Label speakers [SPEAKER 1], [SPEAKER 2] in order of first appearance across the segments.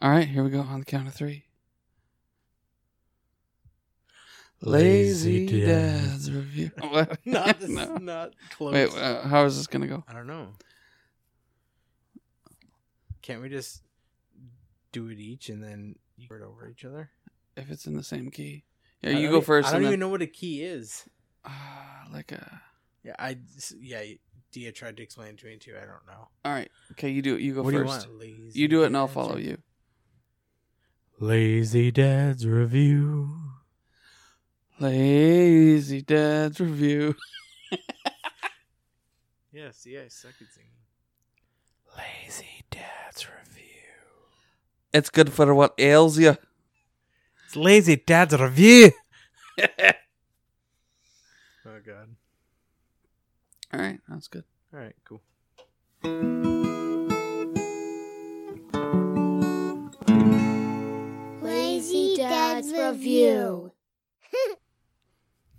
[SPEAKER 1] All right, here we go on the count of three. Lazy,
[SPEAKER 2] Lazy
[SPEAKER 1] Dad's
[SPEAKER 2] Dad's
[SPEAKER 1] review. What?
[SPEAKER 2] Not, this
[SPEAKER 1] No.
[SPEAKER 2] is not close.
[SPEAKER 1] Wait, uh, how is this gonna go?
[SPEAKER 2] I don't know. Can't we just do it each and then you it over each other?
[SPEAKER 1] If it's in the same key, yeah,
[SPEAKER 2] I
[SPEAKER 1] you
[SPEAKER 2] don't
[SPEAKER 1] go
[SPEAKER 2] e-
[SPEAKER 1] first.
[SPEAKER 2] I don't
[SPEAKER 1] and
[SPEAKER 2] even
[SPEAKER 1] then,
[SPEAKER 2] know what a key is.
[SPEAKER 1] Ah, like a.
[SPEAKER 2] Yeah, I yeah. Dia tried to explain it to me too. I don't know.
[SPEAKER 1] All right, okay, you do it. You go
[SPEAKER 2] what
[SPEAKER 1] first.
[SPEAKER 2] do you want?
[SPEAKER 1] you, do it, and I'll follow you.
[SPEAKER 2] Lazy Dad's review.
[SPEAKER 1] Lazy Dad's review.
[SPEAKER 2] Yes, yeah, I suck at singing. Lazy Dad's review.
[SPEAKER 1] It's good for what ails you.
[SPEAKER 2] It's Lazy Dad's review. Oh God.
[SPEAKER 1] All right, that's good.
[SPEAKER 2] All right, cool.
[SPEAKER 3] Lazy Dad's Review.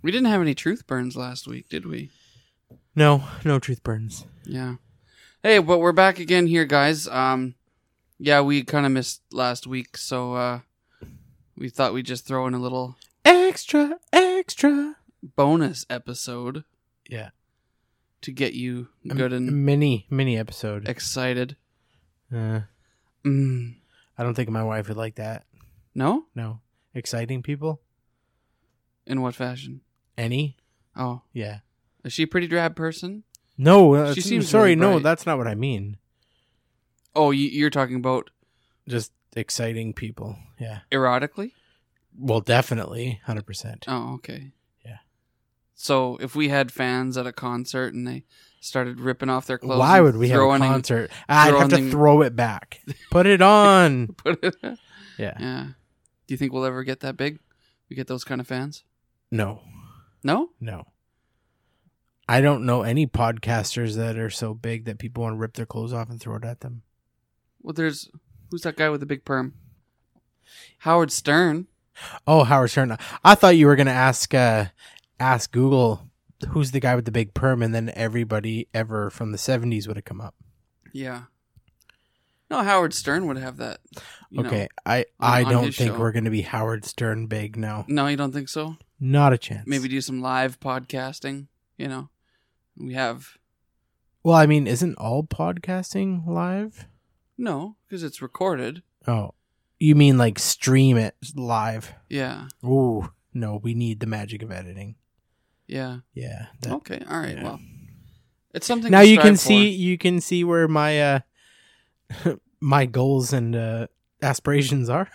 [SPEAKER 1] We didn't have any truth burns last week, did we?
[SPEAKER 2] No, no truth burns.
[SPEAKER 1] Yeah. Hey, but we're back again here, guys. Um, yeah, we kind of missed last week, so uh, we thought we'd just throw in a little
[SPEAKER 2] Extra, extra.
[SPEAKER 1] bonus episode
[SPEAKER 2] Yeah.
[SPEAKER 1] to get you good
[SPEAKER 2] A
[SPEAKER 1] and
[SPEAKER 2] mini, mini episode.
[SPEAKER 1] excited.
[SPEAKER 2] Uh,
[SPEAKER 1] Mm.
[SPEAKER 2] I don't think my wife would like that.
[SPEAKER 1] No,
[SPEAKER 2] No, exciting people.
[SPEAKER 1] in what fashion?
[SPEAKER 2] Any?
[SPEAKER 1] Oh,
[SPEAKER 2] Yeah.
[SPEAKER 1] is she a pretty drab person?
[SPEAKER 2] No, uh,
[SPEAKER 1] She
[SPEAKER 2] I'm
[SPEAKER 1] seems
[SPEAKER 2] sorry.
[SPEAKER 1] really
[SPEAKER 2] no,
[SPEAKER 1] bright.
[SPEAKER 2] that's not what I mean.
[SPEAKER 1] Oh, you, you're talking about
[SPEAKER 2] Just exciting people. Yeah.
[SPEAKER 1] erotically?
[SPEAKER 2] Well, definitely, hundred percent.
[SPEAKER 1] Oh, okay.
[SPEAKER 2] Yeah.
[SPEAKER 1] So if we had fans at a concert and they started ripping off their clothes,
[SPEAKER 2] Why
[SPEAKER 1] and
[SPEAKER 2] would we have a
[SPEAKER 1] throwing and-
[SPEAKER 2] concert? I'd have to
[SPEAKER 1] throwing-
[SPEAKER 2] throw it back. Put it on.
[SPEAKER 1] put it?
[SPEAKER 2] yeah.
[SPEAKER 1] Yeah. Do you think we'll ever get that big? We get those kind of fans?
[SPEAKER 2] No.
[SPEAKER 1] No?
[SPEAKER 2] No. I don't know any podcasters that are so big that people want to rip their clothes off and throw it at them.
[SPEAKER 1] Well, there's who's that guy with the big perm? Howard Stern.
[SPEAKER 2] Oh, Howard Stern. I thought you were gonna ask uh, ask Google who's the guy with the big perm, and then everybody ever from the seventies would have come up.
[SPEAKER 1] Yeah. No, Howard Stern would have that. you know.
[SPEAKER 2] okay, I
[SPEAKER 1] on-
[SPEAKER 2] I
[SPEAKER 1] on
[SPEAKER 2] don't
[SPEAKER 1] his
[SPEAKER 2] think
[SPEAKER 1] show.
[SPEAKER 2] we're gonna be Howard Stern big now.
[SPEAKER 1] No, you don't think so?
[SPEAKER 2] Not a chance.
[SPEAKER 1] Maybe do some live podcasting, you know. We have
[SPEAKER 2] Well, I mean, isn't all podcasting live?
[SPEAKER 1] no, because it's recorded.
[SPEAKER 2] Oh, you mean like stream it live?
[SPEAKER 1] Yeah.
[SPEAKER 2] Ooh, no, we need the magic of editing.
[SPEAKER 1] Yeah.
[SPEAKER 2] Yeah. that-
[SPEAKER 1] Okay. All right.
[SPEAKER 2] yeah.
[SPEAKER 1] Well, it's something
[SPEAKER 2] now
[SPEAKER 1] to
[SPEAKER 2] you can
[SPEAKER 1] strive for.
[SPEAKER 2] see you can see where my uh my goals and uh aspirations are.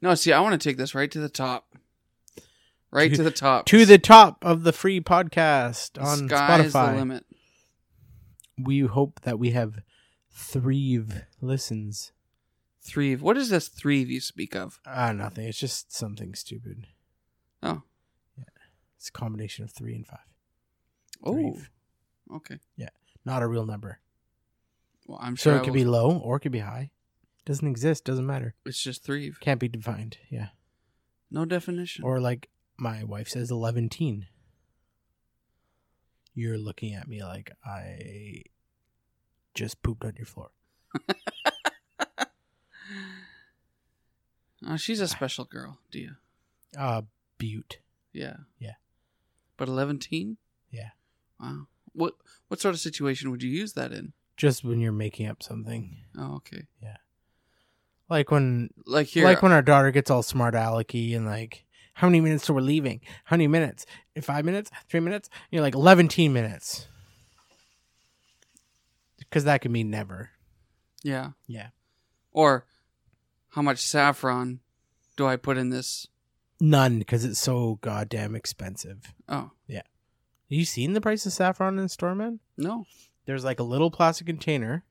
[SPEAKER 1] No, see, I want to take this right to the top. Right
[SPEAKER 2] To-
[SPEAKER 1] to the top.
[SPEAKER 2] to the top of the free podcast on
[SPEAKER 1] Sky's the
[SPEAKER 2] Spotify.
[SPEAKER 1] limit.
[SPEAKER 2] We hope that we have three v- listens.
[SPEAKER 1] Three. What is this three you speak of?
[SPEAKER 2] Ah, nothing. It's just something stupid.
[SPEAKER 1] Oh.
[SPEAKER 2] yeah. It's a combination of three and five.
[SPEAKER 1] Oh,
[SPEAKER 2] Three.
[SPEAKER 1] okay.
[SPEAKER 2] Not a real number,
[SPEAKER 1] Well, I'm
[SPEAKER 2] so
[SPEAKER 1] sure
[SPEAKER 2] it could be low or it could be high. Doesn't exist. Doesn't matter.
[SPEAKER 1] It's just three.
[SPEAKER 2] Can't be defined. Yeah.
[SPEAKER 1] No definition.
[SPEAKER 2] Or like my wife says, eleven teen. You're looking at me like I just pooped on your floor.
[SPEAKER 1] oh, she's a special girl, Dia.
[SPEAKER 2] Uh, butte.
[SPEAKER 1] Yeah.
[SPEAKER 2] Yeah.
[SPEAKER 1] But eleventeen.
[SPEAKER 2] Yeah.
[SPEAKER 1] Wow. What what sort of situation would you use that in?
[SPEAKER 2] Just when you're making up something.
[SPEAKER 1] Oh, okay.
[SPEAKER 2] Like when
[SPEAKER 1] Like here.
[SPEAKER 2] like when our daughter gets all smart alecky and like, how many minutes till we're leaving? How many minutes? In five minutes? Three minutes? And you're like eleven minutes. Cause that could mean never.
[SPEAKER 1] yeah.
[SPEAKER 2] Yeah.
[SPEAKER 1] Or how much saffron do I put in this?
[SPEAKER 2] None, because it's so goddamn expensive.
[SPEAKER 1] Oh
[SPEAKER 2] Have you seen the price of saffron in the store, man?
[SPEAKER 1] no.
[SPEAKER 2] There's like a little plastic container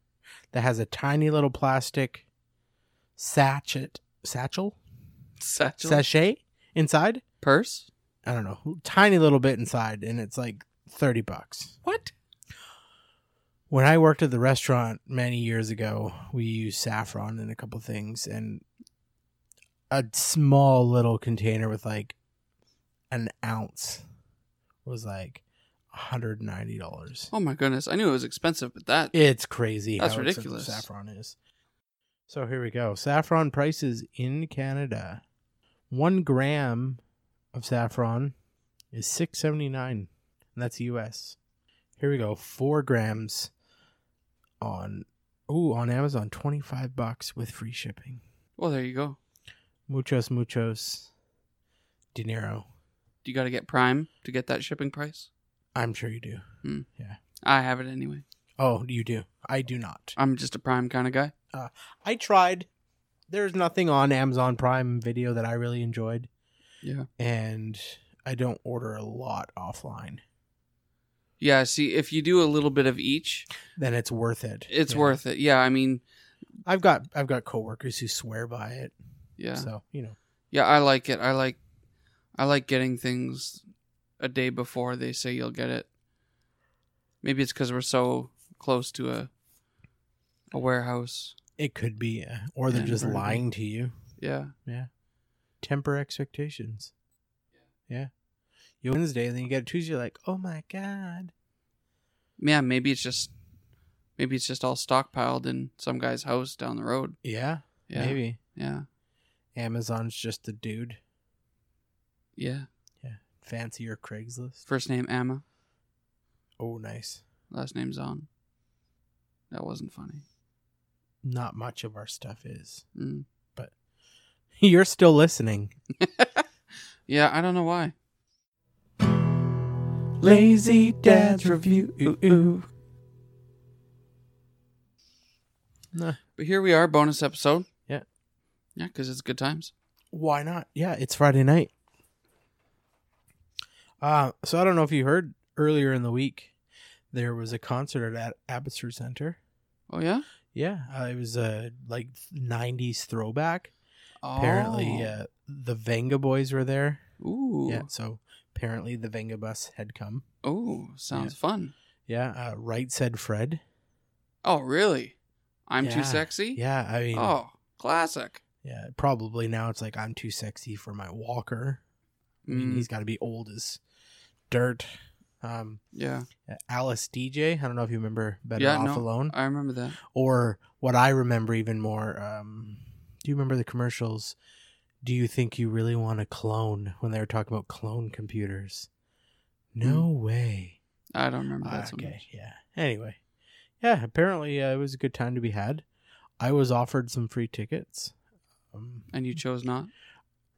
[SPEAKER 2] that has a tiny little plastic sachet satchel?
[SPEAKER 1] Satchel.
[SPEAKER 2] Sachet inside?
[SPEAKER 1] Purse.
[SPEAKER 2] I don't know, tiny little bit inside, and it's like thirty bucks.
[SPEAKER 1] What?
[SPEAKER 2] When I worked at the restaurant many years ago, we used saffron in a couple things, and a small little container with like an ounce was like hundred ninety dollars.
[SPEAKER 1] Oh my goodness! I knew it was expensive, but that
[SPEAKER 2] It's crazy
[SPEAKER 1] That's
[SPEAKER 2] how expensive
[SPEAKER 1] ridiculous.
[SPEAKER 2] saffron is. So here we go. Saffron prices in Canada. One gram of saffron is six seventy nine, and that's U.S. Here we go. Four grams on ooh on Amazon twenty five bucks with free shipping.
[SPEAKER 1] Well, there you go.
[SPEAKER 2] Muchos muchos dinero.
[SPEAKER 1] You got to get Prime to get that shipping price.
[SPEAKER 2] I'm sure you do.
[SPEAKER 1] I have it anyway.
[SPEAKER 2] Oh, you do. I do not.
[SPEAKER 1] I'm just a Prime kind of guy.
[SPEAKER 2] I tried. There's nothing on Amazon Prime Video that I really enjoyed.
[SPEAKER 1] Yeah.
[SPEAKER 2] and I don't order a lot offline.
[SPEAKER 1] Yeah. See, if you do a little bit of each,
[SPEAKER 2] Then it's worth it.
[SPEAKER 1] it's
[SPEAKER 2] Yeah.
[SPEAKER 1] worth it. Yeah. I mean,
[SPEAKER 2] I've got I've got coworkers who swear by it.
[SPEAKER 1] yeah.
[SPEAKER 2] So you know.
[SPEAKER 1] Yeah, I like it. I like I like getting things a day before they say you'll get it. Maybe it's cuz we're so close to a a warehouse.
[SPEAKER 2] It could be, uh, or they're
[SPEAKER 1] Yeah,
[SPEAKER 2] just
[SPEAKER 1] very good.
[SPEAKER 2] lying to you.
[SPEAKER 1] Yeah.
[SPEAKER 2] Temper expectations. Yeah. You Wednesday, and then you get a Tuesday. You're like, oh my god.
[SPEAKER 1] Yeah, maybe it's just maybe it's just all stockpiled in some guy's house down the road.
[SPEAKER 2] Yeah,
[SPEAKER 1] Yeah.
[SPEAKER 2] maybe
[SPEAKER 1] Yeah.
[SPEAKER 2] Amazon's just a dude.
[SPEAKER 1] Yeah.
[SPEAKER 2] Fancy or Craigslist.
[SPEAKER 1] First name Emma,
[SPEAKER 2] Oh, nice.
[SPEAKER 1] last name Zon. That wasn't funny.
[SPEAKER 2] Not much of our stuff is.
[SPEAKER 1] Mm.
[SPEAKER 2] You're still listening.
[SPEAKER 1] Yeah, I don't know why.
[SPEAKER 2] Lazy Dad's review. Nah,
[SPEAKER 1] But here we are, bonus episode.
[SPEAKER 2] Yeah.
[SPEAKER 1] Yeah, cuz it's good times.
[SPEAKER 2] why not? Yeah, it's Friday night. Uh, so I don't know if you heard earlier in the week, there was a concert at Abbotsford Center.
[SPEAKER 1] Oh yeah?
[SPEAKER 2] Yeah, uh, it was a like '90s throwback.
[SPEAKER 1] Oh.
[SPEAKER 2] Apparently, uh, the Venga Boys were there.
[SPEAKER 1] Ooh.
[SPEAKER 2] Yeah, so apparently the Venga bus had come.
[SPEAKER 1] Oh, sounds fun.
[SPEAKER 2] Yeah, uh, right said Fred.
[SPEAKER 1] Oh, really? I'm
[SPEAKER 2] Yeah.
[SPEAKER 1] too sexy?
[SPEAKER 2] Yeah, I mean,
[SPEAKER 1] Oh, classic.
[SPEAKER 2] Yeah, probably now it's like I'm too sexy for my walker. I mean,
[SPEAKER 1] Mm,
[SPEAKER 2] he's got to be old as dirt. Um,
[SPEAKER 1] yeah,
[SPEAKER 2] Alice DJ, I don't know if you remember Better
[SPEAKER 1] Yeah,
[SPEAKER 2] Off
[SPEAKER 1] no.
[SPEAKER 2] Alone,
[SPEAKER 1] I Uh, remember that.
[SPEAKER 2] or what I remember even more. Um, do you remember the commercials? Do you think you really want a clone when they were talking about clone computers? No way.
[SPEAKER 1] I don't remember
[SPEAKER 2] Ah,
[SPEAKER 1] Hmm. that. so
[SPEAKER 2] okay,
[SPEAKER 1] much.
[SPEAKER 2] yeah. Anyway, yeah. Apparently, uh, it was a good time to be had. I was offered some free tickets. Um,
[SPEAKER 1] And you chose not?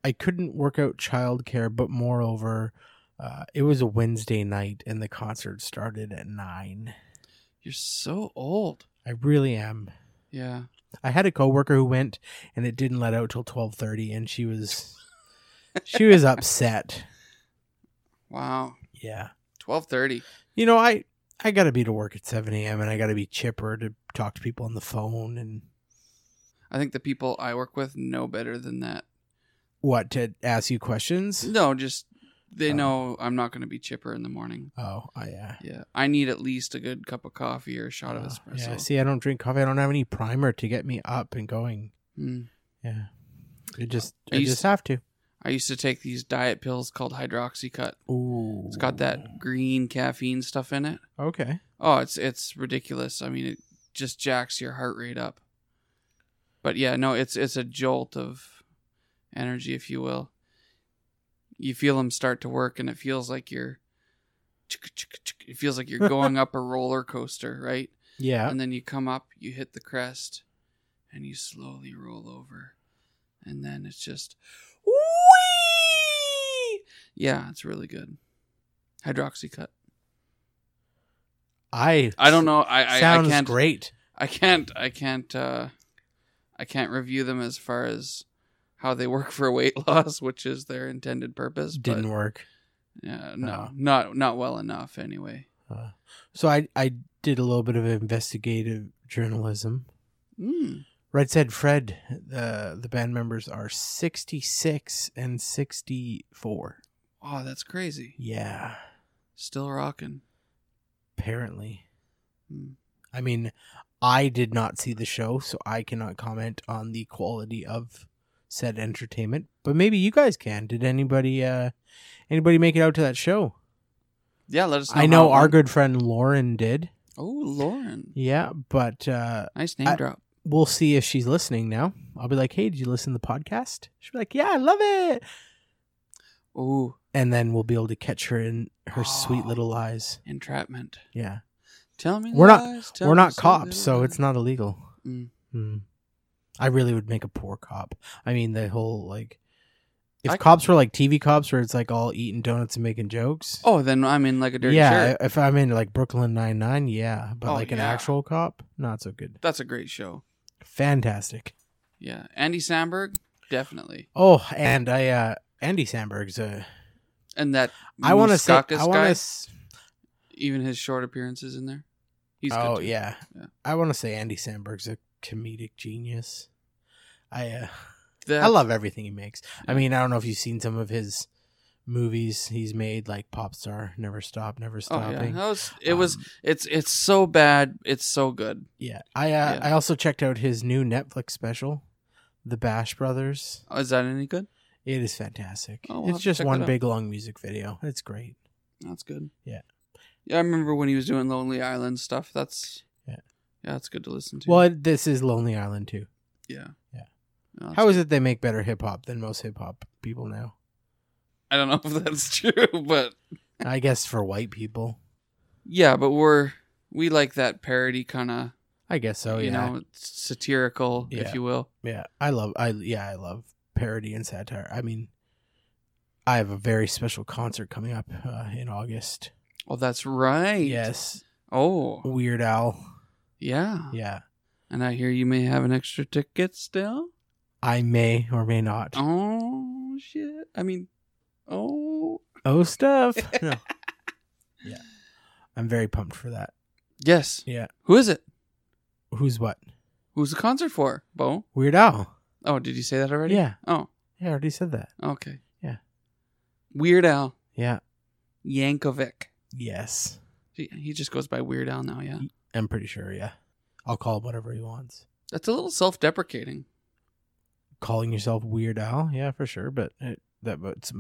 [SPEAKER 2] I couldn't work out childcare, but moreover, uh, it was a Wednesday night and the concert started at nine.
[SPEAKER 1] You're so old.
[SPEAKER 2] I really am.
[SPEAKER 1] Yeah.
[SPEAKER 2] I had a coworker who went and it didn't let out till twelve thirty, and she was she was upset.
[SPEAKER 1] Wow.
[SPEAKER 2] Yeah,
[SPEAKER 1] 12:30.
[SPEAKER 2] you know i I gotta be to work at seven a.m. and I gotta be chipper to talk to people on the phone and
[SPEAKER 1] I think the people I work with know better than that.
[SPEAKER 2] what to ask you questions.
[SPEAKER 1] No, just they
[SPEAKER 2] Oh.
[SPEAKER 1] know I'm not going to be chipper in the morning.
[SPEAKER 2] Oh, I, yeah.
[SPEAKER 1] Yeah. I need at least a good cup of coffee or a shot of
[SPEAKER 2] Uh,
[SPEAKER 1] espresso.
[SPEAKER 2] yeah. See, I don't drink coffee. I don't have any primer to get me up and going.
[SPEAKER 1] Mm.
[SPEAKER 2] Yeah, I just
[SPEAKER 1] I
[SPEAKER 2] I,
[SPEAKER 1] used-
[SPEAKER 2] just have to.
[SPEAKER 1] I used to take these diet pills called Hydroxycut.
[SPEAKER 2] Ooh.
[SPEAKER 1] It's got that green caffeine stuff in it.
[SPEAKER 2] Okay.
[SPEAKER 1] Oh, it's it's ridiculous. I mean, it just jacks your heart rate up. But yeah, no, it's it's a jolt of energy, if you will. You feel them start to work, and it feels like you're. It feels like you're going up a roller coaster, right?
[SPEAKER 2] Yeah.
[SPEAKER 1] And then you come up, you hit the crest, and you slowly roll over, and then it's just, wee. Yeah, it's really good. Hydroxycut.
[SPEAKER 2] I
[SPEAKER 1] I don't know. I I,
[SPEAKER 2] sounds
[SPEAKER 1] I can't
[SPEAKER 2] great.
[SPEAKER 1] I can't I can't uh I can't review them as far as how they work for weight loss, which is their intended purpose. But,
[SPEAKER 2] Didn't work.
[SPEAKER 1] Yeah, no,
[SPEAKER 2] Uh.
[SPEAKER 1] not not well enough anyway.
[SPEAKER 2] Uh, so I I did a little bit of investigative journalism.
[SPEAKER 1] Mm.
[SPEAKER 2] Right said Fred. uh, The the band members are sixty six and sixty four.
[SPEAKER 1] Oh, that's crazy.
[SPEAKER 2] Yeah.
[SPEAKER 1] Still rocking.
[SPEAKER 2] Apparently.
[SPEAKER 1] Hmm.
[SPEAKER 2] I mean, I did not see the show, so I cannot comment on the quality of said entertainment. But maybe you guys can. Did anybody uh anybody make it out to that show?
[SPEAKER 1] Yeah, let us. know
[SPEAKER 2] I know
[SPEAKER 1] how it
[SPEAKER 2] our
[SPEAKER 1] went.
[SPEAKER 2] good friend Lauren did.
[SPEAKER 1] Oh, Lauren.
[SPEAKER 2] Yeah, but uh,
[SPEAKER 1] Nice name
[SPEAKER 2] I-
[SPEAKER 1] drop.
[SPEAKER 2] we'll see if she's listening now. I'll be like, hey, did you listen to the podcast? She'll be like, yeah, I love it.
[SPEAKER 1] Ooh,
[SPEAKER 2] And then we'll be able to catch her in her sweet
[SPEAKER 1] Oh.
[SPEAKER 2] little lies.
[SPEAKER 1] entrapment.
[SPEAKER 2] Yeah.
[SPEAKER 1] Tell me
[SPEAKER 2] We're not-
[SPEAKER 1] lies, tell
[SPEAKER 2] We're
[SPEAKER 1] me
[SPEAKER 2] not
[SPEAKER 1] so
[SPEAKER 2] cops, so
[SPEAKER 1] little
[SPEAKER 2] it's not illegal.
[SPEAKER 1] Mm.
[SPEAKER 2] Mm. I really would make a poor cop. I mean, the whole like, if
[SPEAKER 1] I-
[SPEAKER 2] cops were like TV cops, where it's like all eating donuts and making jokes.
[SPEAKER 1] Oh, then I'm in like a dirty
[SPEAKER 2] yeah.
[SPEAKER 1] shirt.
[SPEAKER 2] If I'm in like Brooklyn Nine Nine, yeah, but
[SPEAKER 1] Oh,
[SPEAKER 2] like an
[SPEAKER 1] yeah.
[SPEAKER 2] actual cop, not so good.
[SPEAKER 1] That's a great show.
[SPEAKER 2] Fantastic.
[SPEAKER 1] Yeah, Andy Samberg, definitely.
[SPEAKER 2] Oh, and I uh Andy Sandberg's uh
[SPEAKER 1] And that
[SPEAKER 2] I want to say
[SPEAKER 1] Moustakis
[SPEAKER 2] I
[SPEAKER 1] guy,
[SPEAKER 2] want to
[SPEAKER 1] even his short appearances in there. He's
[SPEAKER 2] Oh
[SPEAKER 1] good too.
[SPEAKER 2] yeah.
[SPEAKER 1] Yeah.
[SPEAKER 2] I want to say Andy Sandberg's a comedic genius. I uh, I
[SPEAKER 1] That's-
[SPEAKER 2] love everything he makes. I
[SPEAKER 1] Yeah.
[SPEAKER 2] mean, I don't know if you've seen some of his movies he's made like Popstar, Never Stop, Never
[SPEAKER 1] Oh yeah,
[SPEAKER 2] Stopping.
[SPEAKER 1] that was, it was.
[SPEAKER 2] Um,
[SPEAKER 1] It's it's so bad. It's so good.
[SPEAKER 2] yeah. I uh,
[SPEAKER 1] yeah.
[SPEAKER 2] I also checked out his new Netflix special, The Bash Brothers.
[SPEAKER 1] Oh, is that any good?
[SPEAKER 2] It is fantastic.
[SPEAKER 1] Oh, we'll have
[SPEAKER 2] it's
[SPEAKER 1] to
[SPEAKER 2] just
[SPEAKER 1] check that
[SPEAKER 2] one
[SPEAKER 1] out.
[SPEAKER 2] big long music video. It's great.
[SPEAKER 1] That's good.
[SPEAKER 2] Yeah.
[SPEAKER 1] Yeah, I remember when he was doing Lonely Island stuff. That's
[SPEAKER 2] Yeah.
[SPEAKER 1] yeah, that's good to listen to.
[SPEAKER 2] Well, it- this is Lonely Island too.
[SPEAKER 1] Yeah.
[SPEAKER 2] Yeah.
[SPEAKER 1] No, that's-
[SPEAKER 2] How is it they make better hip hop than most hip hop people now?
[SPEAKER 1] I don't know if that's true, but
[SPEAKER 2] I guess for white people.
[SPEAKER 1] yeah, but we're we like that parody kind of
[SPEAKER 2] I guess so.
[SPEAKER 1] you
[SPEAKER 2] Oh, Yeah.
[SPEAKER 1] know satirical,
[SPEAKER 2] Yeah.
[SPEAKER 1] if you will.
[SPEAKER 2] yeah. I love. I yeah. I love parody and satire. I mean, I have a very special concert coming up uh, in August.
[SPEAKER 1] Oh, that's right.
[SPEAKER 2] Yes.
[SPEAKER 1] Oh,
[SPEAKER 2] Weird Al.
[SPEAKER 1] yeah.
[SPEAKER 2] Yeah.
[SPEAKER 1] And I hear you may have an extra ticket still.
[SPEAKER 2] I may or may not. Oh,
[SPEAKER 1] Oh shit. I mean, oh
[SPEAKER 2] stuff. No. yeah. I'm very pumped for that.
[SPEAKER 1] yes.
[SPEAKER 2] Yeah.
[SPEAKER 1] Who is it?
[SPEAKER 2] Who's what?
[SPEAKER 1] Who's the concert for? Bo.
[SPEAKER 2] Weird Al.
[SPEAKER 1] Oh, did you say that already?
[SPEAKER 2] Yeah.
[SPEAKER 1] Oh,
[SPEAKER 2] Yeah. I already said that.
[SPEAKER 1] okay.
[SPEAKER 2] Yeah.
[SPEAKER 1] Weird Al
[SPEAKER 2] Yeah.
[SPEAKER 1] Yankovic.
[SPEAKER 2] Yes.
[SPEAKER 1] He he just goes by Weird Al now. Yeah.
[SPEAKER 2] I'm pretty sure. Yeah. I'll call him whatever he wants.
[SPEAKER 1] That's a little self-deprecating.
[SPEAKER 2] calling yourself Weird Al, yeah, for sure. But it, that but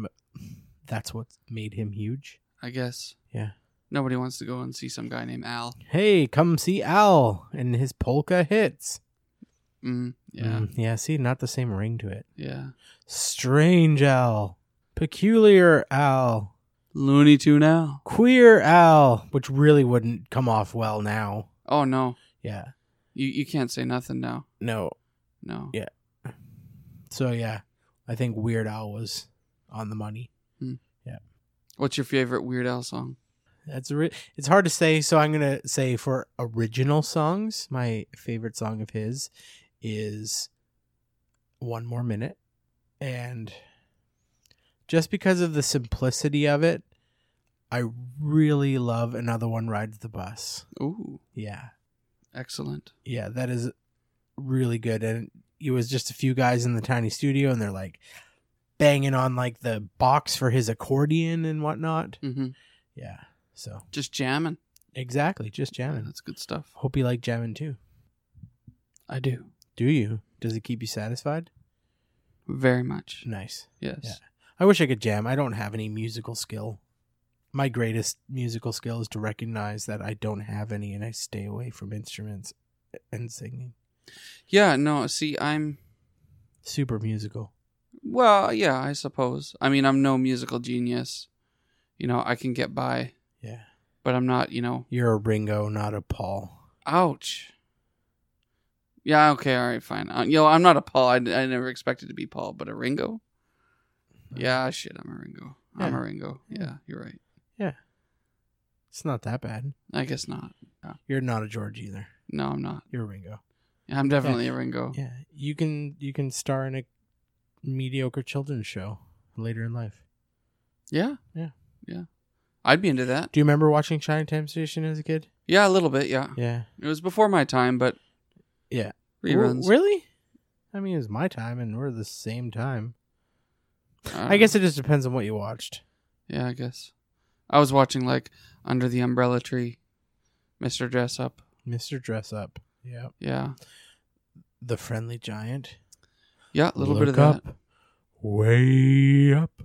[SPEAKER 2] that's what made him huge.
[SPEAKER 1] I guess.
[SPEAKER 2] Yeah.
[SPEAKER 1] Nobody wants to go and see some guy named Al.
[SPEAKER 2] Hey, come see Al and his polka hits.
[SPEAKER 1] Mm, yeah.
[SPEAKER 2] Mm, yeah. See, not the same ring to it.
[SPEAKER 1] Yeah.
[SPEAKER 2] Strange Al, peculiar Al,
[SPEAKER 1] Looney Tune Al.
[SPEAKER 2] queer Al, which really wouldn't come off well now.
[SPEAKER 1] Oh no.
[SPEAKER 2] Yeah.
[SPEAKER 1] You you can't say nothing now.
[SPEAKER 2] No.
[SPEAKER 1] No.
[SPEAKER 2] Yeah. So yeah, I think Weird Al was on the money.
[SPEAKER 1] What's your favorite Weird Al song?
[SPEAKER 2] That's a ri- it's hard to say. So I'm gonna say for original songs, my favorite song of his is "One More Minute," and just because of the simplicity of it, I really love "Another One Rides the Bus."
[SPEAKER 1] Ooh,
[SPEAKER 2] Yeah,
[SPEAKER 1] excellent.
[SPEAKER 2] yeah, that is really good. And it was just a few guys in the tiny studio, and they're like banging on like the box for his accordion and whatnot.
[SPEAKER 1] hmm
[SPEAKER 2] Yeah, so.
[SPEAKER 1] Just jamming.
[SPEAKER 2] Exactly, just
[SPEAKER 1] Yeah,
[SPEAKER 2] jamming.
[SPEAKER 1] that's good stuff.
[SPEAKER 2] Hope you like jamming too.
[SPEAKER 1] I do
[SPEAKER 2] Do you? Does it keep you satisfied?
[SPEAKER 1] very much.
[SPEAKER 2] Nice.
[SPEAKER 1] Yes.
[SPEAKER 2] Mm. Yeah. I wish I could jam. I don't have any musical skill. My greatest musical skill is to recognize that I don't have any and I stay away from instruments and singing.
[SPEAKER 1] Yeah. No. See, I'm.
[SPEAKER 2] Super musical.
[SPEAKER 1] Well, yeah. I suppose. I mean, I'm no musical genius. You know, I can get by,
[SPEAKER 2] Yeah.
[SPEAKER 1] but I'm not. You know.
[SPEAKER 2] You're a Ringo, not a Paul.
[SPEAKER 1] Ouch. Yeah. Okay. All right. Fine. Uh, you know, I'm not a Paul. I, I never expected to be Paul, but a Ringo. Yeah. Shit. I'm a Ringo. I'm
[SPEAKER 2] Yeah.
[SPEAKER 1] a Ringo. Yeah. You're right.
[SPEAKER 2] It's not that bad.
[SPEAKER 1] I guess not.
[SPEAKER 2] You're not a George either.
[SPEAKER 1] No, I'm not.
[SPEAKER 2] You're a Ringo.
[SPEAKER 1] I'm definitely a Ringo.
[SPEAKER 2] Yeah. You can you can star in a mediocre children's show later in life.
[SPEAKER 1] Yeah.
[SPEAKER 2] Yeah.
[SPEAKER 1] Yeah. I'd be into that.
[SPEAKER 2] Do you remember watching Chinatown Station as a kid?
[SPEAKER 1] Yeah, a little bit, yeah.
[SPEAKER 2] Yeah.
[SPEAKER 1] It was before my time, but
[SPEAKER 2] Yeah.
[SPEAKER 1] Reruns.
[SPEAKER 2] Re- really? I mean, it was my time, and we're the same time.
[SPEAKER 1] Uh,
[SPEAKER 2] I guess it just depends on what you watched.
[SPEAKER 1] Yeah, I guess. I was watching like Under the Umbrella Tree, Mr. Dress Up.
[SPEAKER 2] Mr. Dress Up. Yeah.
[SPEAKER 1] Yeah.
[SPEAKER 2] The Friendly Giant.
[SPEAKER 1] Yeah, a little bit of
[SPEAKER 2] Look
[SPEAKER 1] that.
[SPEAKER 2] up. Way up.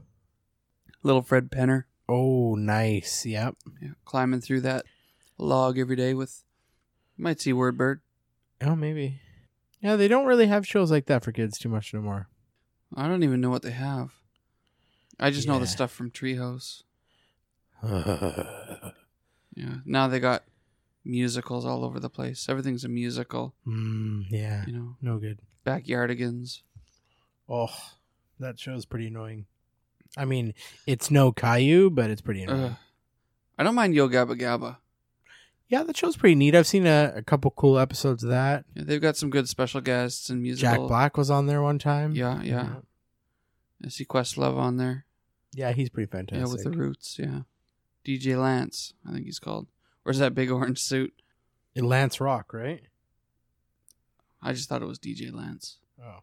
[SPEAKER 1] Little Fred Penner.
[SPEAKER 2] Oh, nice. Yep.
[SPEAKER 1] Yeah. Climbing through that log every day with you might see Word Bird.
[SPEAKER 2] Oh, maybe. Yeah, they don't really have shows like that for kids too much no more.
[SPEAKER 1] I don't even know what they have. I just know
[SPEAKER 2] Yeah.
[SPEAKER 1] the stuff from Treehouse. Yeah. Now they got musicals all over the place. Everything's a musical.
[SPEAKER 2] mm, yeah,
[SPEAKER 1] You know,
[SPEAKER 2] no good.
[SPEAKER 1] backyardigans.
[SPEAKER 2] Oh, that show's pretty annoying. I mean, it's no Caillou, but it's pretty annoying.
[SPEAKER 1] Ugh. I don't mind Yo Gabba Gabba.
[SPEAKER 2] Yeah, that show's pretty neat. I've seen a, a couple cool episodes of that.
[SPEAKER 1] Yeah, they've got some good special guests and musical.
[SPEAKER 2] Jack Black was on there one time.
[SPEAKER 1] Yeah, yeah. I see Questlove on there.
[SPEAKER 2] Yeah, he's pretty fantastic.
[SPEAKER 1] Yeah, with the roots. Yeah. DJ Lance, I think he's called. Where's that big orange suit?
[SPEAKER 2] Lance Rock, right?
[SPEAKER 1] I just thought it was DJ Lance.
[SPEAKER 2] Oh.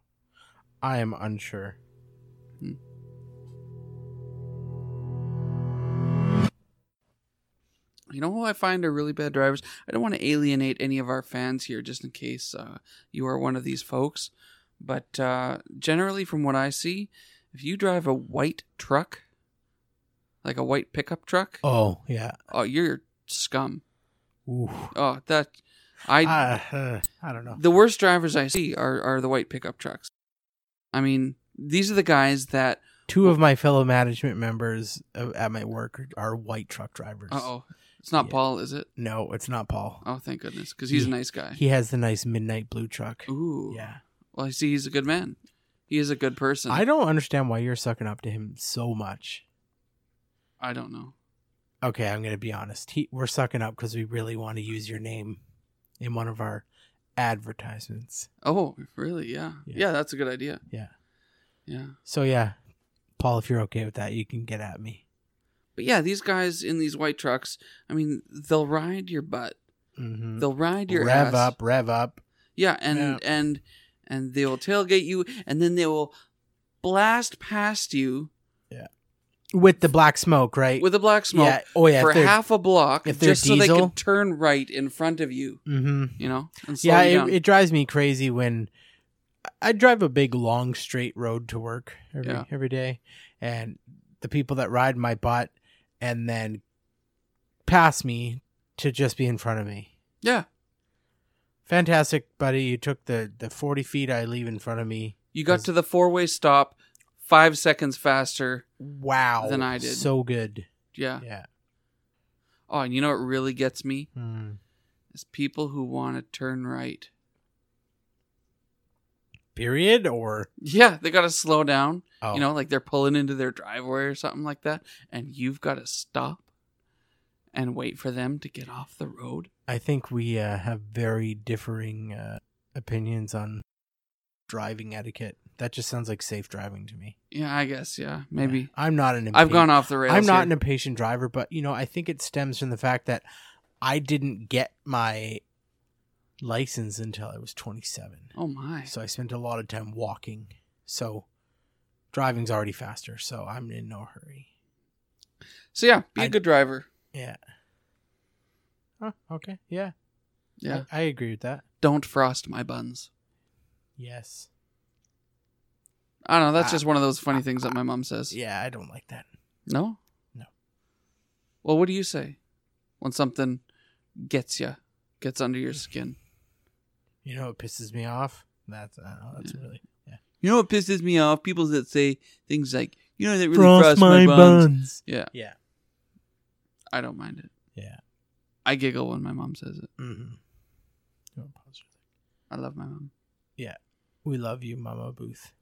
[SPEAKER 2] I am unsure.
[SPEAKER 1] Hmm. You know who I find are really bad drivers? I don't want to alienate any of our fans here, just in case uh, you are one of these folks. But uh, generally, from what I see, if you drive a white truck, like a white pickup truck, oh,
[SPEAKER 2] Oh, yeah.
[SPEAKER 1] you're scum.
[SPEAKER 2] Ooh.
[SPEAKER 1] Oh, that I
[SPEAKER 2] I, uh, I don't know.
[SPEAKER 1] the worst drivers I see are are the white pickup trucks. I mean, these are the guys that
[SPEAKER 2] Two of my fellow management members uh, at my work are white truck drivers.
[SPEAKER 1] uh oh, it's not
[SPEAKER 2] Yeah.
[SPEAKER 1] Paul, is it?
[SPEAKER 2] No, it's not Paul.
[SPEAKER 1] Oh, thank goodness, because he's a
[SPEAKER 2] He-
[SPEAKER 1] nice guy.
[SPEAKER 2] He has the nice midnight blue truck.
[SPEAKER 1] Ooh,
[SPEAKER 2] Yeah.
[SPEAKER 1] Well, I see he's a good man. He is a good person.
[SPEAKER 2] I don't understand why you're sucking up to him so much.
[SPEAKER 1] I don't know.
[SPEAKER 2] Okay, I'm going to be honest. He, we're sucking up because we really want to use your name in one of our advertisements.
[SPEAKER 1] Oh, really? Yeah.
[SPEAKER 2] Yeah.
[SPEAKER 1] yeah. that's a good idea.
[SPEAKER 2] Yeah.
[SPEAKER 1] Yeah.
[SPEAKER 2] So, yeah, Paul, if you're okay with that, you can get at me.
[SPEAKER 1] But yeah, these guys in these white trucks, I mean, they'll ride your butt.
[SPEAKER 2] Mm-hmm.
[SPEAKER 1] They'll ride your
[SPEAKER 2] rev
[SPEAKER 1] ass.
[SPEAKER 2] up, rev up.
[SPEAKER 1] Yeah, and
[SPEAKER 2] Yeah.
[SPEAKER 1] and and they will tailgate you and then they will blast past you
[SPEAKER 2] With the black smoke, right?
[SPEAKER 1] with a black smoke
[SPEAKER 2] Yeah. Oh, yeah.
[SPEAKER 1] for
[SPEAKER 2] if they're-
[SPEAKER 1] half a block
[SPEAKER 2] if they're
[SPEAKER 1] just so they
[SPEAKER 2] diesel.
[SPEAKER 1] can turn right in front of you,
[SPEAKER 2] Mhm.
[SPEAKER 1] you know? And slow
[SPEAKER 2] Yeah,
[SPEAKER 1] you down.
[SPEAKER 2] it, it drives me crazy when I drive a big, long, straight road to work every,
[SPEAKER 1] Yeah.
[SPEAKER 2] every day. And the people that ride my butt and then pass me to just be in front of me.
[SPEAKER 1] yeah.
[SPEAKER 2] Fantastic, buddy. You took the, the 40 feet I leave in front of me.
[SPEAKER 1] You got to the four-way stop 5 seconds faster.
[SPEAKER 2] Wow.
[SPEAKER 1] Than I did.
[SPEAKER 2] So good.
[SPEAKER 1] Yeah.
[SPEAKER 2] Yeah.
[SPEAKER 1] Oh, and you know what really gets me?
[SPEAKER 2] Hmm.
[SPEAKER 1] Is people who want to turn right.
[SPEAKER 2] Period or.
[SPEAKER 1] Yeah, they got to slow down.
[SPEAKER 2] Oh.
[SPEAKER 1] You know, like they're pulling into their driveway or something like that, and you've got to stop and wait for them to get off the road.
[SPEAKER 2] I think we uh, have very differing uh, opinions on driving etiquette. That just sounds like safe driving to me.
[SPEAKER 1] Yeah, I guess. Yeah, maybe.
[SPEAKER 2] Yeah. I'm not an.
[SPEAKER 1] I've gone
[SPEAKER 2] impatient-
[SPEAKER 1] off the rails.
[SPEAKER 2] I'm not an
[SPEAKER 1] here.
[SPEAKER 2] impatient driver, but you know, I think it stems from the fact that I didn't get my license until I was 27.
[SPEAKER 1] Oh my.
[SPEAKER 2] So I spent a lot of time walking. So driving's already faster. So I'm in no hurry.
[SPEAKER 1] So yeah, be a
[SPEAKER 2] I-
[SPEAKER 1] good driver.
[SPEAKER 2] Yeah. Oh, okay. Yeah.
[SPEAKER 1] Yeah.
[SPEAKER 2] I, I agree with that.
[SPEAKER 1] Don't frost my buns.
[SPEAKER 2] Yes.
[SPEAKER 1] I don't know. That's
[SPEAKER 2] Ah.
[SPEAKER 1] just one of those funny things that my mom says.
[SPEAKER 2] Yeah, I don't like that.
[SPEAKER 1] No.
[SPEAKER 2] No.
[SPEAKER 1] Well, what do you say when something gets you, gets under your skin?
[SPEAKER 2] You know, it pisses me off. That's I don't know, that's
[SPEAKER 1] Yeah.
[SPEAKER 2] really
[SPEAKER 1] You know what pisses me off? People that say things like, "You know, that really
[SPEAKER 2] Frost
[SPEAKER 1] frost my, buns. Yeah.
[SPEAKER 2] Yeah.
[SPEAKER 1] I don't mind it.
[SPEAKER 2] Yeah.
[SPEAKER 1] I giggle when my mom says it.
[SPEAKER 2] Mm-hmm.
[SPEAKER 1] I love my mom.
[SPEAKER 2] We love you, Mama Booth.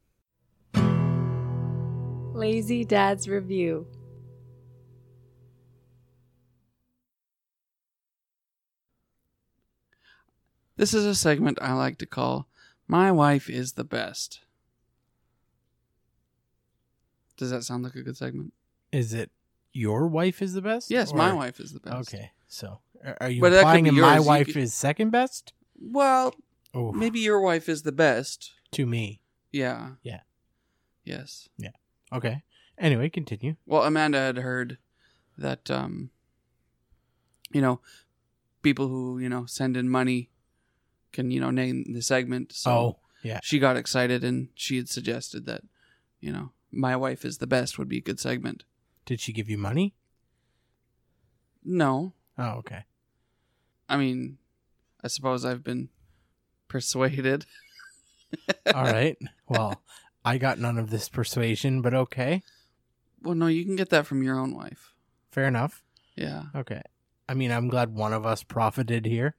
[SPEAKER 4] Lazy Dad's Review.
[SPEAKER 1] This is a segment I like to call My Wife is the Best. Does that sound like a good segment?
[SPEAKER 2] Is it your wife is the best?
[SPEAKER 1] Yes,
[SPEAKER 2] Or-
[SPEAKER 1] my wife is the best.
[SPEAKER 2] Okay, so are, are you
[SPEAKER 1] But that could
[SPEAKER 2] implying
[SPEAKER 1] be
[SPEAKER 2] that my
[SPEAKER 1] yours. You
[SPEAKER 2] wife
[SPEAKER 1] could-
[SPEAKER 2] is second best?
[SPEAKER 1] Well,
[SPEAKER 2] Oh,
[SPEAKER 1] maybe your wife is the best.
[SPEAKER 2] to me.
[SPEAKER 1] Yeah.
[SPEAKER 2] Yeah.
[SPEAKER 1] Yes.
[SPEAKER 2] Okay. Anyway, continue.
[SPEAKER 1] Well, Amanda had heard that um you know, people who, you know, send in money can, you know, name the segment. So
[SPEAKER 2] oh, yeah.
[SPEAKER 1] she got excited and she had suggested that, you know, my wife is the best would be a good segment.
[SPEAKER 2] Did she give you money?
[SPEAKER 1] No,
[SPEAKER 2] Oh, okay.
[SPEAKER 1] I mean, I suppose I've been persuaded.
[SPEAKER 2] All right. Well, I got none of this persuasion, but okay.
[SPEAKER 1] Well, no, you can get that from your own wife.
[SPEAKER 2] Fair enough.
[SPEAKER 1] Yeah.
[SPEAKER 2] Okay. I mean, I'm glad one of us profited here.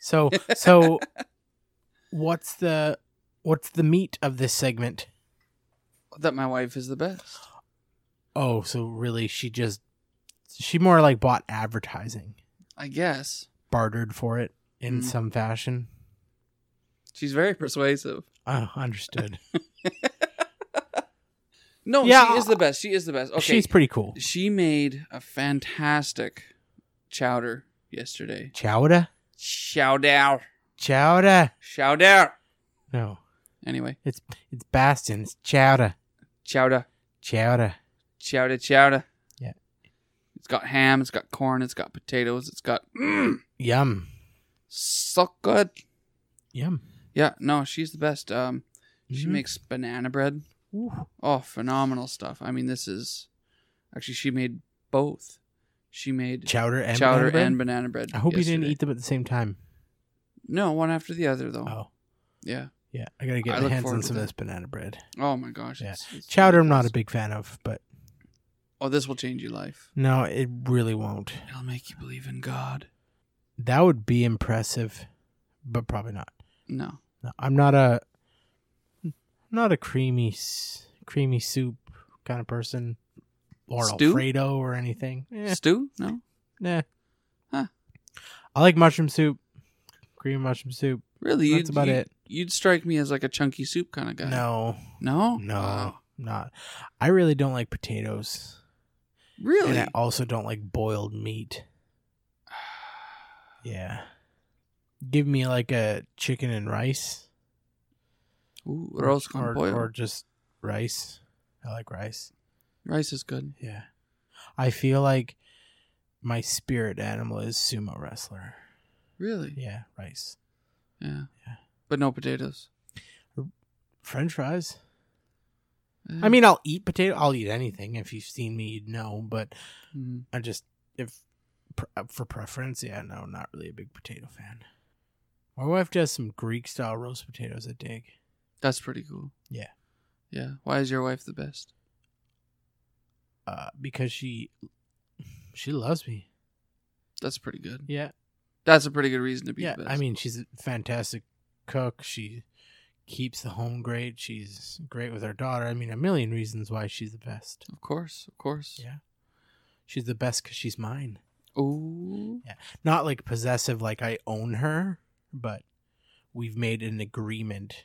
[SPEAKER 2] So, so what's the what's the meat of this segment?
[SPEAKER 1] That my wife is the best.
[SPEAKER 2] Oh, so really she just she more like bought advertising,
[SPEAKER 1] I guess.
[SPEAKER 2] bartered for it in
[SPEAKER 1] Mm.
[SPEAKER 2] some fashion.
[SPEAKER 1] She's very persuasive.
[SPEAKER 2] Oh, understood.
[SPEAKER 1] No,
[SPEAKER 2] Yeah.
[SPEAKER 1] she is the best. She is the best. Okay.
[SPEAKER 2] She's pretty cool.
[SPEAKER 1] She made a fantastic chowder yesterday.
[SPEAKER 2] Chowda?
[SPEAKER 1] Chowder.
[SPEAKER 2] Chowda.
[SPEAKER 1] Chowder.
[SPEAKER 2] No.
[SPEAKER 1] Anyway,
[SPEAKER 2] It's it's Bastion. It's chowda.
[SPEAKER 1] chowder.
[SPEAKER 2] Chowda.
[SPEAKER 1] Chowder, chowder.
[SPEAKER 2] Yeah.
[SPEAKER 1] It's got ham, it's got corn, it's got potatoes, it's got. Mm,
[SPEAKER 2] Yum.
[SPEAKER 1] so good.
[SPEAKER 2] Yum.
[SPEAKER 1] Yeah, no, she's the best. Um, She
[SPEAKER 2] Mhm.
[SPEAKER 1] makes banana bread.
[SPEAKER 2] Ooh.
[SPEAKER 1] Oh, phenomenal stuff. I mean, this is actually she made both. She made
[SPEAKER 2] chowder and
[SPEAKER 1] chowder
[SPEAKER 2] banana bread?
[SPEAKER 1] and banana bread.
[SPEAKER 2] I hope you
[SPEAKER 1] yesterday.
[SPEAKER 2] didn't eat them at the same time.
[SPEAKER 1] No, one after the other though.
[SPEAKER 2] Oh.
[SPEAKER 1] Yeah.
[SPEAKER 2] Yeah, I gotta get
[SPEAKER 1] I
[SPEAKER 2] my
[SPEAKER 1] look
[SPEAKER 2] hands
[SPEAKER 1] forward
[SPEAKER 2] on
[SPEAKER 1] to
[SPEAKER 2] some
[SPEAKER 1] that.
[SPEAKER 2] of this banana bread.
[SPEAKER 1] Oh my gosh.
[SPEAKER 2] Yeah.
[SPEAKER 1] it's- it's
[SPEAKER 2] Chowder, I'm not a
[SPEAKER 1] ridiculous.
[SPEAKER 2] big fan of, but
[SPEAKER 1] Oh, this will change your life.
[SPEAKER 2] no, it really won't.
[SPEAKER 1] It'll make you believe in God.
[SPEAKER 2] That would be impressive, but probably not.
[SPEAKER 1] No.
[SPEAKER 2] No, I'm not a not a creamy s- creamy soup kind of person, or
[SPEAKER 1] Stew?
[SPEAKER 2] Alfredo or anything. Eh,
[SPEAKER 1] Stew? No.
[SPEAKER 2] nah.
[SPEAKER 1] Huh.
[SPEAKER 2] I like mushroom soup, cream mushroom soup.
[SPEAKER 1] Really?
[SPEAKER 2] That's
[SPEAKER 1] you'd-
[SPEAKER 2] about
[SPEAKER 1] you'd-
[SPEAKER 2] it.
[SPEAKER 1] You'd strike me as like a chunky soup kind of guy.
[SPEAKER 2] No,
[SPEAKER 1] No.
[SPEAKER 2] no,
[SPEAKER 1] Wow.
[SPEAKER 2] not. I really don't like potatoes,
[SPEAKER 1] Really?
[SPEAKER 2] and I also don't like boiled meat. Yeah. Give me like a chicken and rice.
[SPEAKER 1] Ooh, roast con
[SPEAKER 2] or,
[SPEAKER 1] pollo.
[SPEAKER 2] or just rice. I like rice.
[SPEAKER 1] Rice is good.
[SPEAKER 2] Yeah. I feel like my spirit animal is sumo wrestler.
[SPEAKER 1] Really?
[SPEAKER 2] Yeah, rice.
[SPEAKER 1] Yeah.
[SPEAKER 2] Yeah.
[SPEAKER 1] But no potatoes.
[SPEAKER 2] French fries.
[SPEAKER 1] Eh, Mm.
[SPEAKER 2] I mean, I'll eat potato. I'll eat anything. If you've seen me, you'd know. But
[SPEAKER 1] Mhm.
[SPEAKER 2] I just, if pr- for preference, yeah, no, not really a big potato fan. My wife does some Greek style roast potatoes. I dig.
[SPEAKER 1] That's pretty cool.
[SPEAKER 2] Yeah.
[SPEAKER 1] Yeah. Why is your wife the best?
[SPEAKER 2] Uh, because she, she loves me.
[SPEAKER 1] That's pretty good.
[SPEAKER 2] Yeah,
[SPEAKER 1] That's a pretty good reason to be
[SPEAKER 2] yeah,
[SPEAKER 1] the best.
[SPEAKER 2] I mean, she's a fantastic cook. She keeps the home great. She's great with her daughter. I mean, a million reasons why she's the best.
[SPEAKER 1] of course, of course.
[SPEAKER 2] Yeah. She's the best because she's mine.
[SPEAKER 1] Ooh.
[SPEAKER 2] Not like possessive, like I own her, but we've made an agreement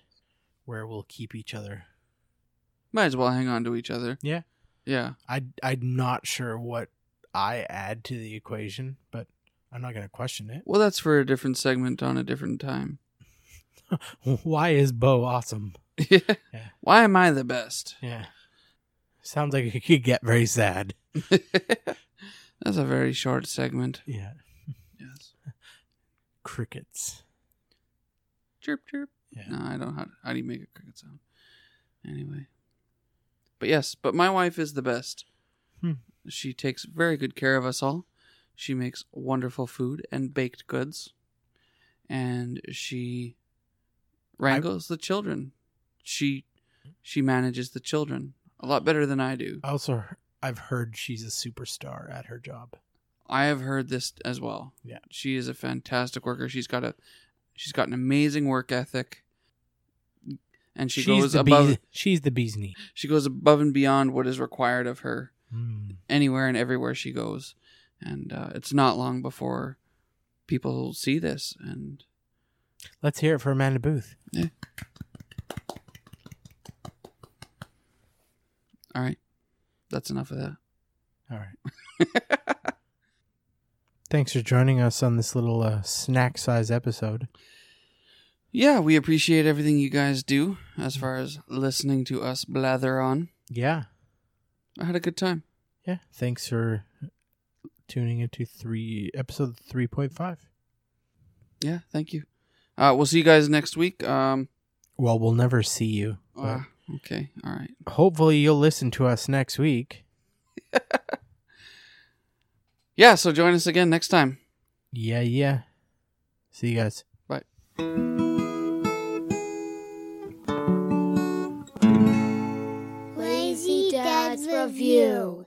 [SPEAKER 2] where we'll keep each other.
[SPEAKER 1] Might as well hang on to each other.
[SPEAKER 2] Yeah.
[SPEAKER 1] Yeah.
[SPEAKER 2] I, I'm not sure what I add to the equation, but I'm not going to question it.
[SPEAKER 1] Well, that's for a different segment on a different time.
[SPEAKER 2] Why is Bo awesome?
[SPEAKER 1] Why am I the best?
[SPEAKER 2] Yeah. Sounds like it could get very sad.
[SPEAKER 1] That's a very short segment.
[SPEAKER 2] Yeah.
[SPEAKER 1] Yes.
[SPEAKER 2] crickets.
[SPEAKER 1] Chirp chirp.
[SPEAKER 2] Yeah.
[SPEAKER 1] No, I don't. How, how do you make a cricket sound? Anyway. But yes, but my wife is the best.
[SPEAKER 2] Hmm.
[SPEAKER 1] She takes very good care of us all. She makes wonderful food and baked goods, and she wrangles the children. She she manages the children a lot better than I do.
[SPEAKER 2] Also, he- I've heard she's a superstar at her job.
[SPEAKER 1] I have heard this as well.
[SPEAKER 2] Yeah.
[SPEAKER 1] She is a fantastic worker. She's got a she's got an amazing work ethic. And she
[SPEAKER 2] she's
[SPEAKER 1] goes
[SPEAKER 2] the
[SPEAKER 1] above
[SPEAKER 2] Bees, she's the bee's knee.
[SPEAKER 1] she goes above and beyond what is required of her
[SPEAKER 2] Hmm.
[SPEAKER 1] anywhere and everywhere she goes. And uh, it's not long before people see this and
[SPEAKER 2] Let's hear it for Amanda Booth.
[SPEAKER 1] all right. That's enough of that.
[SPEAKER 2] All right. Thanks for joining us on this little uh, snack size episode.
[SPEAKER 1] Yeah, we appreciate everything you guys do as far as listening to us blather on.
[SPEAKER 2] Yeah.
[SPEAKER 1] I had a good time.
[SPEAKER 2] Yeah. Thanks for tuning into three episode 3.5.
[SPEAKER 1] Yeah, thank you. Uh, we'll see you guys next week. Um,
[SPEAKER 2] Well, we'll never see you.
[SPEAKER 1] uh,
[SPEAKER 2] but
[SPEAKER 1] okay, all right.
[SPEAKER 2] hopefully, you'll listen to us next week.
[SPEAKER 1] yeah, so join us again next time.
[SPEAKER 2] Yeah, yeah. See you guys.
[SPEAKER 1] Bye.
[SPEAKER 3] Review.